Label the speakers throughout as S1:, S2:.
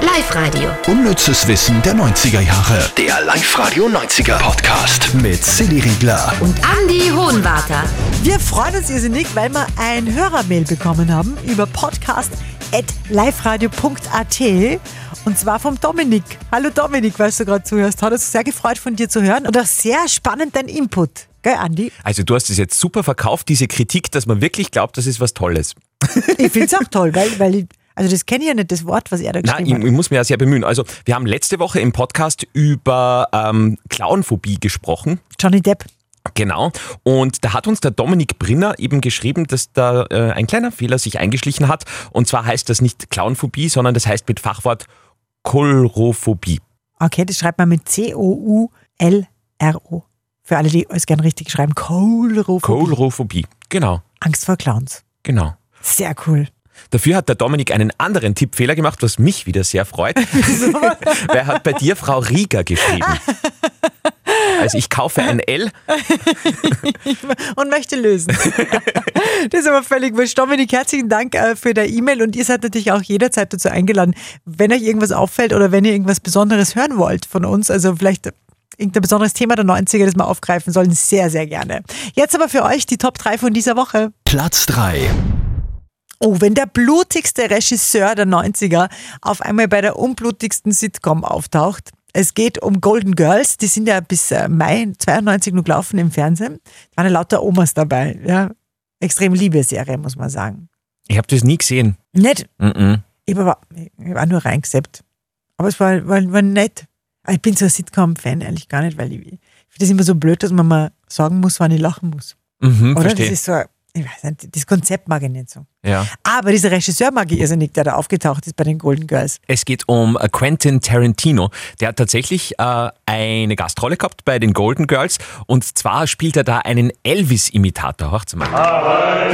S1: Live-Radio.
S2: Unnützes Wissen der 90er Jahre.
S3: Der Live-Radio 90er Podcast.
S2: Mit Silly Riegler.
S1: Und Andy Hohenwarter.
S4: Wir freuen uns irrsinnig, weil wir ein Hörermail bekommen haben über podcast.liferadio.at und zwar vom Dominik. Hallo Dominik, weil du gerade zuhörst. Hat uns sehr gefreut, von dir zu hören und auch sehr spannend dein Input. Gell, Andi?
S5: Also du hast es jetzt super verkauft, diese Kritik, dass man wirklich glaubt, das ist was Tolles.
S4: Ich finde es auch toll, weil, weil ich, also das kenne ich ja nicht, das Wort, was er da
S5: Nein,
S4: geschrieben
S5: ich,
S4: hat.
S5: ich muss mich ja sehr bemühen. Also wir haben letzte Woche im Podcast über ähm, Clownphobie gesprochen.
S4: Johnny Depp.
S5: Genau. Und da hat uns der Dominik Brinner eben geschrieben, dass da äh, ein kleiner Fehler sich eingeschlichen hat. Und zwar heißt das nicht Clownphobie, sondern das heißt mit Fachwort Kolrophobie.
S4: Okay, das schreibt man mit C-O-U-L-R-O. Für alle, die es gern richtig schreiben. Kohlrophobie.
S5: Kolrophobie. Genau,
S4: Angst vor Clowns.
S5: genau.
S4: Sehr cool.
S5: Dafür hat der Dominik einen anderen Tippfehler gemacht, was mich wieder sehr freut. Weil er hat bei dir Frau Rieger geschrieben. Also ich kaufe ein L.
S4: und möchte lösen. das ist aber völlig wurscht. Dominik, herzlichen Dank äh, für deine E-Mail und ihr seid natürlich auch jederzeit dazu eingeladen, wenn euch irgendwas auffällt oder wenn ihr irgendwas Besonderes hören wollt von uns, also vielleicht irgendein besonderes Thema der 90er, das wir aufgreifen sollen, sehr, sehr gerne. Jetzt aber für euch die Top 3 von dieser Woche.
S2: Platz 3.
S4: Oh, wenn der blutigste Regisseur der 90er auf einmal bei der unblutigsten Sitcom auftaucht. Es geht um Golden Girls, die sind ja bis äh, Mai 92 nur gelaufen im Fernsehen. Da waren ja lauter Omas dabei. Ja. Extrem liebe Serie, muss man sagen.
S5: Ich habe das nie gesehen.
S4: Nett.
S5: Mhm.
S4: Ich habe aber ich hab auch nur reingeseppt. Aber es war, war, war nett. Aber Ich bin so ein Sitcom-Fan, ehrlich gar nicht, weil ich, ich finde das immer so blöd, dass man mal sagen muss, wann ich lachen muss.
S5: Mhm,
S4: Oder? Das
S5: verstehe.
S4: ist so, ich weiß nicht, das Konzept mag ich nicht so.
S5: Ja.
S4: Aber dieser Regisseur mag ich irrsinnig, der da aufgetaucht ist bei den Golden Girls.
S5: Es geht um äh, Quentin Tarantino. Der hat tatsächlich äh, eine Gastrolle gehabt bei den Golden Girls. Und zwar spielt er da einen Elvis-Imitator. Hört mal.
S4: Ah,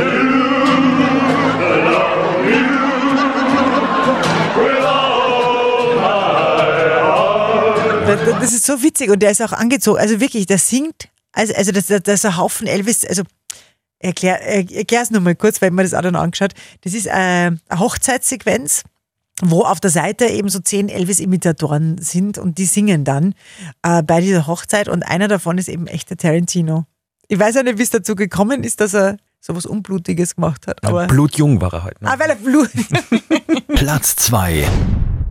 S4: Da- da- Das ist so witzig und der ist auch angezogen. Also wirklich, der singt. Also, also das, das das ist ein Haufen Elvis. Also erklär es nur mal kurz, weil man das auch dann angeschaut. Das ist äh, eine Hochzeitssequenz, wo auf der Seite eben so zehn Elvis-Imitatoren sind und die singen dann äh, bei dieser Hochzeit und einer davon ist eben echter Tarantino. Ich weiß ja nicht, wie es dazu gekommen ist, dass er sowas Unblutiges gemacht hat. Aber,
S5: Blutjung war er halt. Ne?
S4: ah, weil er blutig.
S2: Platz 2.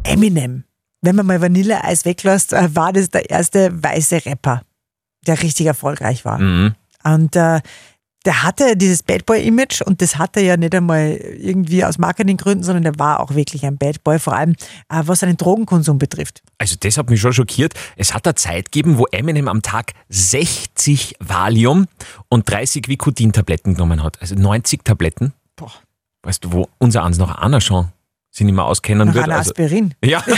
S4: Eminem. Wenn man mal Vanilleeis weglässt, äh, war das der erste weiße Rapper, der richtig erfolgreich war.
S5: Mhm.
S4: Und äh, der hatte dieses Bad Boy-Image und das hatte er ja nicht einmal irgendwie aus Marketinggründen, sondern der war auch wirklich ein Bad Boy, vor allem äh, was seinen Drogenkonsum betrifft.
S5: Also das hat mich schon schockiert. Es hat da Zeit gegeben, wo Eminem am Tag 60 Valium und 30 Vicodin-Tabletten genommen hat. Also 90 Tabletten.
S4: Boah.
S5: Weißt du, wo unser eins noch einer schon sich nicht mehr auskennen
S4: Nach
S5: wird.
S4: einer
S5: Also,
S4: Aspirin.
S5: ja.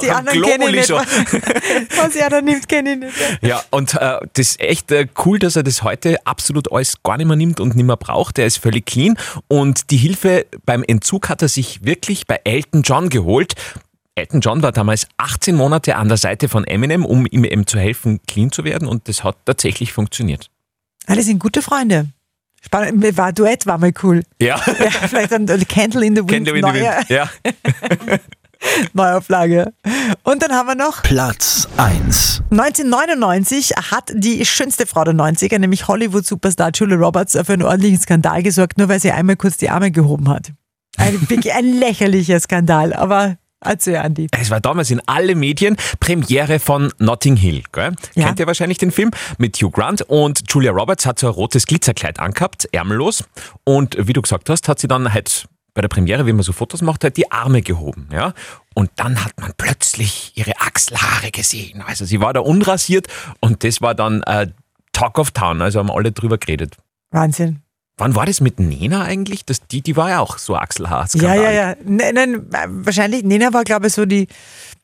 S4: Die
S5: am
S4: anderen kenne ich
S5: Globuli
S4: nicht.
S5: schon.
S4: Was er da nimmt, kenne ich nicht.
S5: Ja, und äh, das ist echt äh, cool, dass er das heute absolut alles gar nicht mehr nimmt und nicht mehr braucht. Er ist völlig clean. Und die Hilfe beim Entzug hat er sich wirklich bei Elton John geholt. Elton John war damals 18 Monate an der Seite von Eminem, um ihm eben zu helfen, clean zu werden. Und das hat tatsächlich funktioniert.
S4: Alle Ah, sind gute Freunde. Spannend, war Duett war mal cool. Ja,
S5: Ja,
S4: vielleicht dann Candle in the Wind,
S5: kennt ihr
S4: neue
S5: Wind? Ja.
S4: Neuauflage. Und dann haben wir noch
S2: Platz 1.
S4: 1999 hat die schönste Frau der 90er, nämlich Hollywood-Superstar Julia Roberts, für einen ordentlichen Skandal gesorgt, nur weil sie einmal kurz die Arme gehoben hat. Ein, wirklich ein lächerlicher Skandal, aber erzähl, Andi.
S5: Es war damals in alle Medien Premiere von Notting Hill. Gell?
S4: Ja.
S5: Kennt ihr wahrscheinlich den Film mit Hugh Grant und Julia Roberts hat so ein rotes Glitzerkleid angehabt, ärmellos. Und wie du gesagt hast, hat sie dann halt bei der Premiere, wie man so Fotos macht, halt die Arme gehoben. Ja? Und dann hat man plötzlich ihre Achselhaare gesehen. Also sie war da unrasiert und das war dann äh, Talk of Town. Also haben alle drüber geredet.
S4: Wahnsinn.
S5: Wann war das mit Nena eigentlich? Das, die, die war ja auch so Achselhaar.
S4: Ja, ja, ja. Nein, nein, wahrscheinlich, Nena war, glaube ich, so die,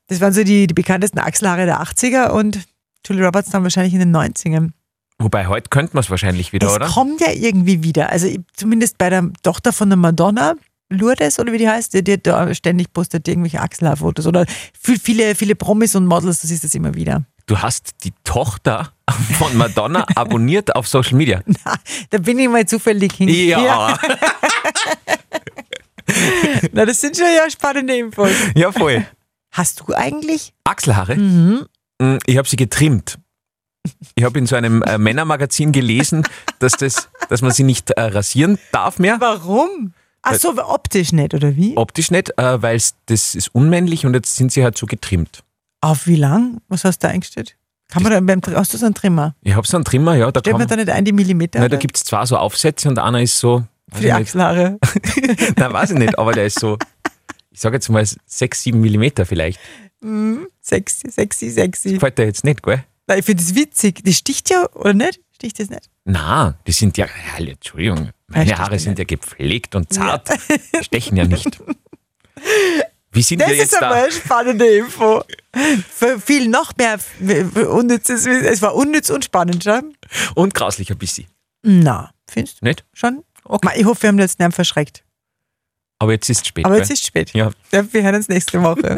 S4: das waren so die, die bekanntesten Achselhaare der 80er und Julia Roberts dann wahrscheinlich in den 90ern.
S5: Wobei, heute könnte man es wahrscheinlich wieder,
S4: es
S5: oder?
S4: kommt ja irgendwie wieder. Also ich- zumindest bei der Tochter von der Madonna, Lourdes oder wie die heißt, die, die hat da ständig postet irgendwelche Achselhaarfotos oder viel- viele, viele Promis und Models, das ist das immer wieder.
S5: du hast die Tochter von Madonna abonniert auf Social Media.
S4: Da bin ich mal zufällig hin.
S5: Ja.
S4: Na, das sind schon ja spannende Infos.
S5: Ja, voll.
S4: Hast du eigentlich?
S5: Achselhaare?
S4: Mhm.
S5: Mm, Ich habe sie getrimmt. Ich habe in so einem äh, Männermagazin gelesen, dass, das, dass man sie nicht äh, rasieren darf mehr.
S4: Warum? Ach so, optisch nicht, oder wie?
S5: Optisch nicht, äh, weil das ist unmännlich und jetzt sind sie halt so getrimmt.
S4: Auf wie lang? Was hast du da eingestellt? Kann man da beim, Tr- hast du so einen Trimmer?
S5: Ich habe so einen Trimmer, ja, da
S4: Stellt
S5: kann
S4: man da nicht ein die Millimeter?
S5: Nein, da
S4: oder?
S5: gibt es zwei so Aufsätze und einer ist so.
S4: Für die
S5: weiß ich
S4: Achselhaare.
S5: nicht. Nein, weiß ich nicht, aber der ist so, ich sage jetzt mal 6, 7 Millimeter vielleicht.
S4: Sexy, sexy, sexy.
S5: Gefällt dir jetzt nicht, gell?
S4: Nein, ich finde das witzig. Das sticht ja, oder nicht? Sticht das nicht?
S5: Na, die sind ja, Herrje, Entschuldigung, meine
S4: Ja,
S5: Haare
S4: stimmt
S5: sind ja gepflegt und zart. Die stechen ja nicht. Wie sind
S4: Das
S5: wir
S4: ist
S5: jetzt
S4: aber
S5: da?
S4: eine spannende Info. Für viel noch mehr unnützes Wissen. Es war unnütz und spannend, schon.
S5: Und grauslich ein bisschen,
S4: Na, findest du
S5: nicht?
S4: schon? Ma, Ich hoffe, wir haben jetzt nicht verschreckt.
S5: Aber jetzt ist es spät.
S4: Aber
S5: gell?
S4: jetzt ist spät.
S5: ja,
S4: Ja, wir hören uns nächste Woche.